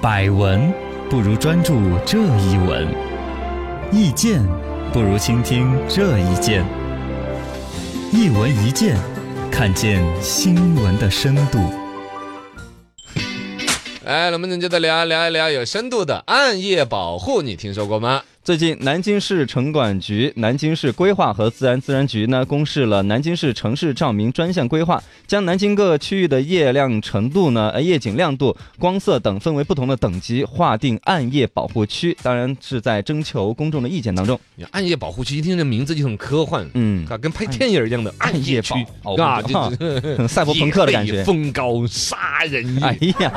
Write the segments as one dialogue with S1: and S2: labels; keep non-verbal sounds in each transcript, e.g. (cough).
S1: 百闻不如专注这一闻，意见不如倾听这一见。一闻一见，看见新闻的深度。
S2: 哎，龙门阵就得聊一聊一聊有深度的暗夜保护，你听说过吗？
S3: 最近，南京市城管局、南京市规划和自然资源局呢，公示了南京市城市照明专项规划，将南京各区域的夜亮程度呢、呃夜景亮度、光色等分为不同的等级，划定暗夜保护区。当然是在征求公众的意见当中。
S2: 你暗夜保护区一听这名字就很科幻，
S3: 嗯，
S2: 啊，跟拍电影一样的暗夜区
S3: 暗夜，保
S2: 啊，
S3: 哦
S2: 就是
S3: 赛博朋克的感觉
S2: 野。风高杀人
S3: 哎
S2: 夜。
S3: 呀，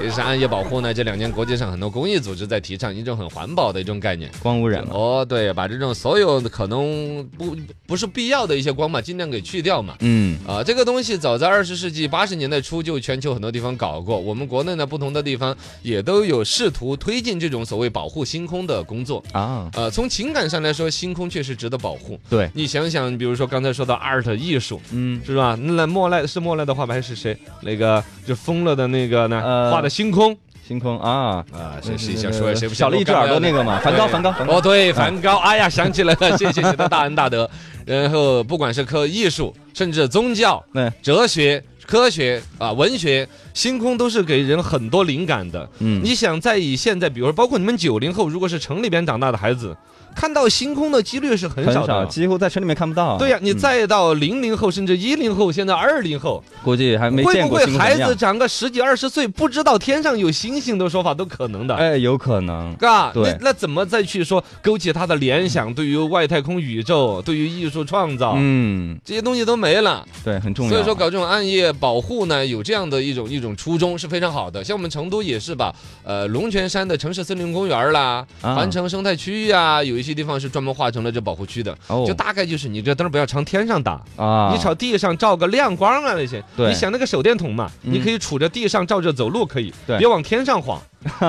S2: 其实暗夜保护呢，这两年国际上很多公益组织在提倡一种很环保的一种概念。
S3: 光污染嘛，
S2: 哦，对，把这种所有的可能不不是必要的一些光嘛，尽量给去掉嘛。
S3: 嗯，
S2: 啊，这个东西早在二十世纪八十年代初就全球很多地方搞过，我们国内呢不同的地方也都有试图推进这种所谓保护星空的工作。
S3: 啊，
S2: 呃，从情感上来说，星空确实值得保护。
S3: 对，
S2: 你想想，比如说刚才说到 art 艺术，
S3: 嗯，
S2: 是吧？那莫奈是莫奈的画吧，还是谁那个就疯了的那个呢？
S3: 呃
S2: 画的星空
S3: 星空啊，
S2: 啊，
S3: 那
S2: 谁谁
S3: 个
S2: 想说谁不
S3: 小
S2: 想
S3: 丽
S2: 这
S3: 之耳朵那个嘛，梵高，梵高，梵高。
S2: 哦，对，梵高，哎呀，想起来了， (laughs) 谢谢你的大恩大德。然后，不管是科艺术，甚至宗教、
S3: 对
S2: 哲学、科学啊、文学，星空都是给人很多灵感的。
S3: 嗯，
S2: 你想，在以现在，比如说包括你们九零后，如果是城里边长大的孩子，看到星空的几率是很
S3: 很
S2: 少
S3: 少，
S2: 的。
S3: 几乎在城里面看不到。
S2: 对呀、你
S3: 嗯
S2: 再到零零后，甚至一零后，现在二零后，
S3: 估计还没
S2: 会
S3: 见
S2: 不
S3: 过
S2: 会
S3: 星空
S2: 孩
S3: 怎么
S2: 子
S3: 样。
S2: 长个十几二十岁，不知道天上有星星的说法都可能的？
S3: 哎，有可能。
S2: 嘎，
S3: 对
S2: 那那怎么再去说勾起他的联想？对于外太空宇宙，对于艺术创造。
S3: 嗯，
S2: 这些东西都没了，
S3: 对，很重要。
S2: 啊所以说搞这种暗夜保护呢，有这样的一种一种初衷是非常好的。像我们成都也是把，呃，龙泉山的城市森林公园啦、
S3: 啊
S2: 环城生态区域啊，有一些地方是专门划成了这保护区的。
S3: 哦
S2: 就大概就是你这灯儿不要朝天上打，
S3: 啊，
S2: 你朝地上照个亮光啊那些。
S3: 对
S2: 你想那个手电筒嘛，
S3: 嗯
S2: 你可以杵着地上照着走路可以，
S3: 对
S2: 别往天上
S3: (laughs)
S2: 晃。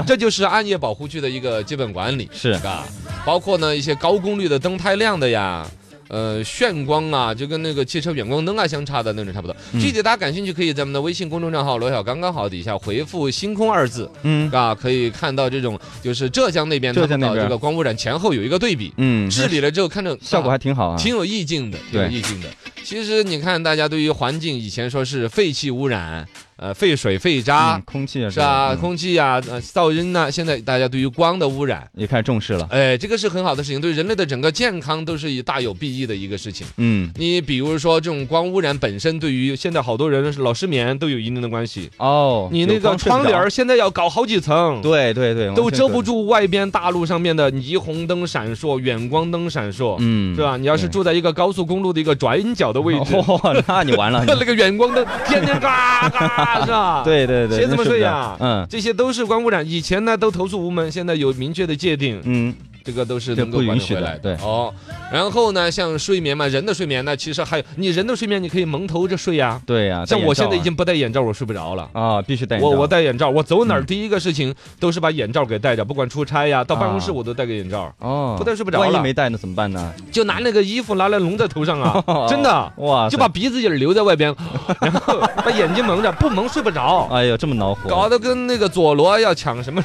S2: 这就是暗夜保护区的一个基本管理，
S3: 是
S2: 啊，包括呢一些高功率的灯太亮的呀。呃，眩光啊，就跟那个汽车远光灯啊相差的那种差不多。
S3: 嗯
S2: 具体大家感兴趣，可以在我们的微信公众账号“罗小刚刚好”底下回复“星空”二字，
S3: 嗯
S2: 啊，可以看到这种就是浙江那边他们
S3: 浙江那
S2: 搞这
S3: 边
S2: 个光污染前后有一个对比，
S3: 嗯，
S2: 治理了之后看着
S3: 效果
S2: 啊
S3: 还挺好啊。
S2: 挺有意境的，挺有
S3: 对
S2: 意境的。其实你看，大家对于环境以前说是废气污染，呃，废水、废渣
S3: 嗯，空气啊
S2: 是吧？
S3: 嗯
S2: 空气呀、呃噪音呐、现在大家对于光的污染，
S3: 也开始重视了。
S2: 哎，这个是很好的事情，对人类的整个健康都是大有裨益的一个事情。
S3: 嗯，
S2: 你比如说，这种光污染本身对于现在好多人是老失眠都有一定的关系。
S3: 哦，
S2: 你那
S3: 有
S2: 个
S3: 光睡不
S2: 窗帘
S3: 着
S2: 儿，现在要搞好几层，
S3: 对对对，
S2: 都
S3: 完全
S2: 遮
S3: 可
S2: 不
S3: 以。
S2: 住外边大路上面的霓虹灯闪烁、远光灯闪烁。
S3: 嗯，
S2: 是吧？你要是
S3: 对
S2: 住在一个高速公路的一个转角的位置，
S3: 哦， (laughs) 那你完了。你
S2: (laughs) 那个远光灯天天嘎嘎，是吧？，
S3: 对对对，
S2: 谁怎么
S3: 那睡不
S2: 睡
S3: 着
S2: 呀
S3: 嗯
S2: 这些啊都是光污染。以前呢都投诉无门，现在有明确的界定，
S3: 嗯，
S2: 这个都是
S3: 这
S2: 能够
S3: 不
S2: 管
S3: 允
S2: 得
S3: 许
S2: 回
S3: 的
S2: 来的。
S3: 对
S2: 哦，然后呢，像睡眠嘛，人的睡眠呢，其实还有你人的睡眠，你可以蒙头着睡呀。
S3: 对呀。戴
S2: 像
S3: 眼
S2: 我现
S3: 罩
S2: 在已
S3: 啊
S2: 经不戴眼罩，我睡不着了。
S3: 啊，必须戴眼
S2: 我
S3: 罩
S2: 我戴眼罩，我走哪儿
S3: 嗯
S2: 第一个事情都是把眼罩给戴着，不管出差呀，到办公室
S3: 啊
S2: 我都戴个眼罩，
S3: 哦，
S2: 不戴睡不着
S3: 万一
S2: 了
S3: 没戴呢怎么办呢？
S2: 就拿那个衣服拿来笼在头上
S3: (laughs)
S2: 啊，真的。
S3: 哦哇塞，
S2: 就把鼻子眼儿留在外边， (laughs) 然后把眼睛蒙着，不蒙睡不着。
S3: 哎呦这么恼火，
S2: 搞得跟那个佐罗要抢
S3: (laughs)
S2: 什么？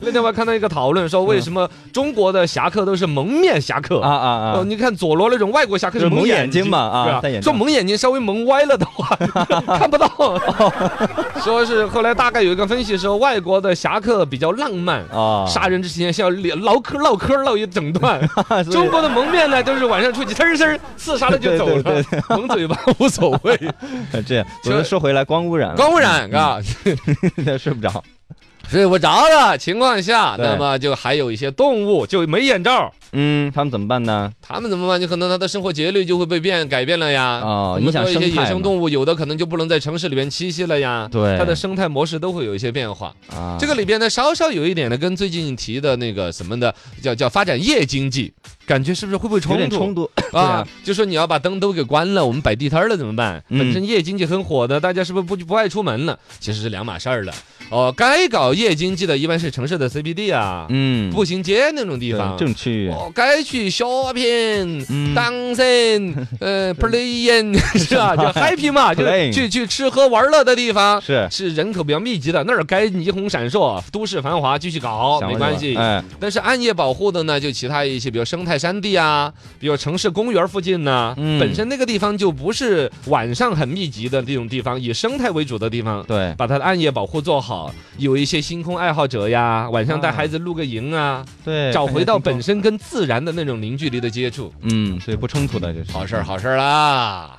S2: 那天我还看到一个讨论说，为什么中国的侠客都是蒙面侠客
S3: 啊啊
S2: 哦，
S3: 啊，
S2: 你看佐罗那种外国侠客
S3: 就是
S2: 蒙
S3: 蒙眼
S2: 睛
S3: 睛嘛啊
S2: 是吧
S3: 戴眼
S2: 说
S3: 罩
S2: 蒙眼睛稍微蒙歪了的话 (laughs) 看不到。 (laughs) 说是后来大概有一个分析说，外国的侠客比较浪漫，
S3: 啊， (laughs)
S2: 杀人之前先要唠嗑唠嗑唠一整段。
S3: 所
S2: (laughs)
S3: 以
S2: 中国的蒙面呢，都是晚上出去呲儿呲儿刺杀了就走
S3: 对对
S2: 了，蒙嘴巴无所
S3: (laughs)
S2: 谓。
S3: 这样，我们说回来，光污染了，
S2: 光污染啊，
S3: (laughs)
S2: (laughs)
S3: 睡不着。
S2: 睡不着的情况下，
S3: 对
S2: 那么就还有一些动物就没眼罩，
S3: 嗯，他们怎么办呢？
S2: 它们怎么办？就可能它的生活节律就会被变改变了呀。
S3: 哦
S2: 我们
S3: 影响
S2: 说一些
S3: 生态
S2: 野生
S3: 嘛
S2: 动物，有的可能就不能在城市里面栖息了呀。
S3: 对
S2: 它的生态模式都会有一些变化。
S3: 啊，
S2: 这个里边呢，稍稍有一点呢，跟最近提的那个什么的，叫叫发展夜经济，感觉是不是会不会
S3: 有
S2: 冲
S3: 点
S2: 突
S3: 冲突对
S2: 啊
S3: 啊？
S2: 就说你要把灯都给关了，我们摆地摊儿了怎么办？
S3: 嗯
S2: 本身夜经济很火的，大家是不是不不爱出门了？其实是两码事儿了。哦，该搞夜经济的，一般是城市的 CBD 啊、
S3: 嗯，
S2: 步行街那种地
S3: 对
S2: 方
S3: 这。种区域，
S2: 哦，该去 shopping。
S3: 嗯， (laughs)
S2: dancing，呃，playing 是吧？就 happy 嘛，就是
S3: Playing
S2: 去去吃喝玩乐的地方，
S3: 是
S2: 是人口比较密集的，那儿该霓虹闪烁，都市繁华，继续搞，
S3: 想
S2: 没
S3: 法
S2: 关
S3: 是
S2: 系
S3: 吧。哎，
S2: 但是暗夜保护的呢，就其他一些，比如生态山地啊，比如城市公园附近呐，
S3: 嗯
S2: 本身那个地方就不是晚上很密集的这种地方，以生态为主的地方。
S3: 对，
S2: 把它的暗夜保护做好，有一些星空爱好者呀，晚上带
S3: 啊
S2: 孩子露个营啊，
S3: 对，
S2: 找
S3: 看一
S2: 回
S3: 下
S2: 到
S3: (laughs) 星
S2: 本身跟自然的那种零距离的接触，
S3: 空，嗯，所以不冲突的这是
S2: 好事儿，好事儿啦。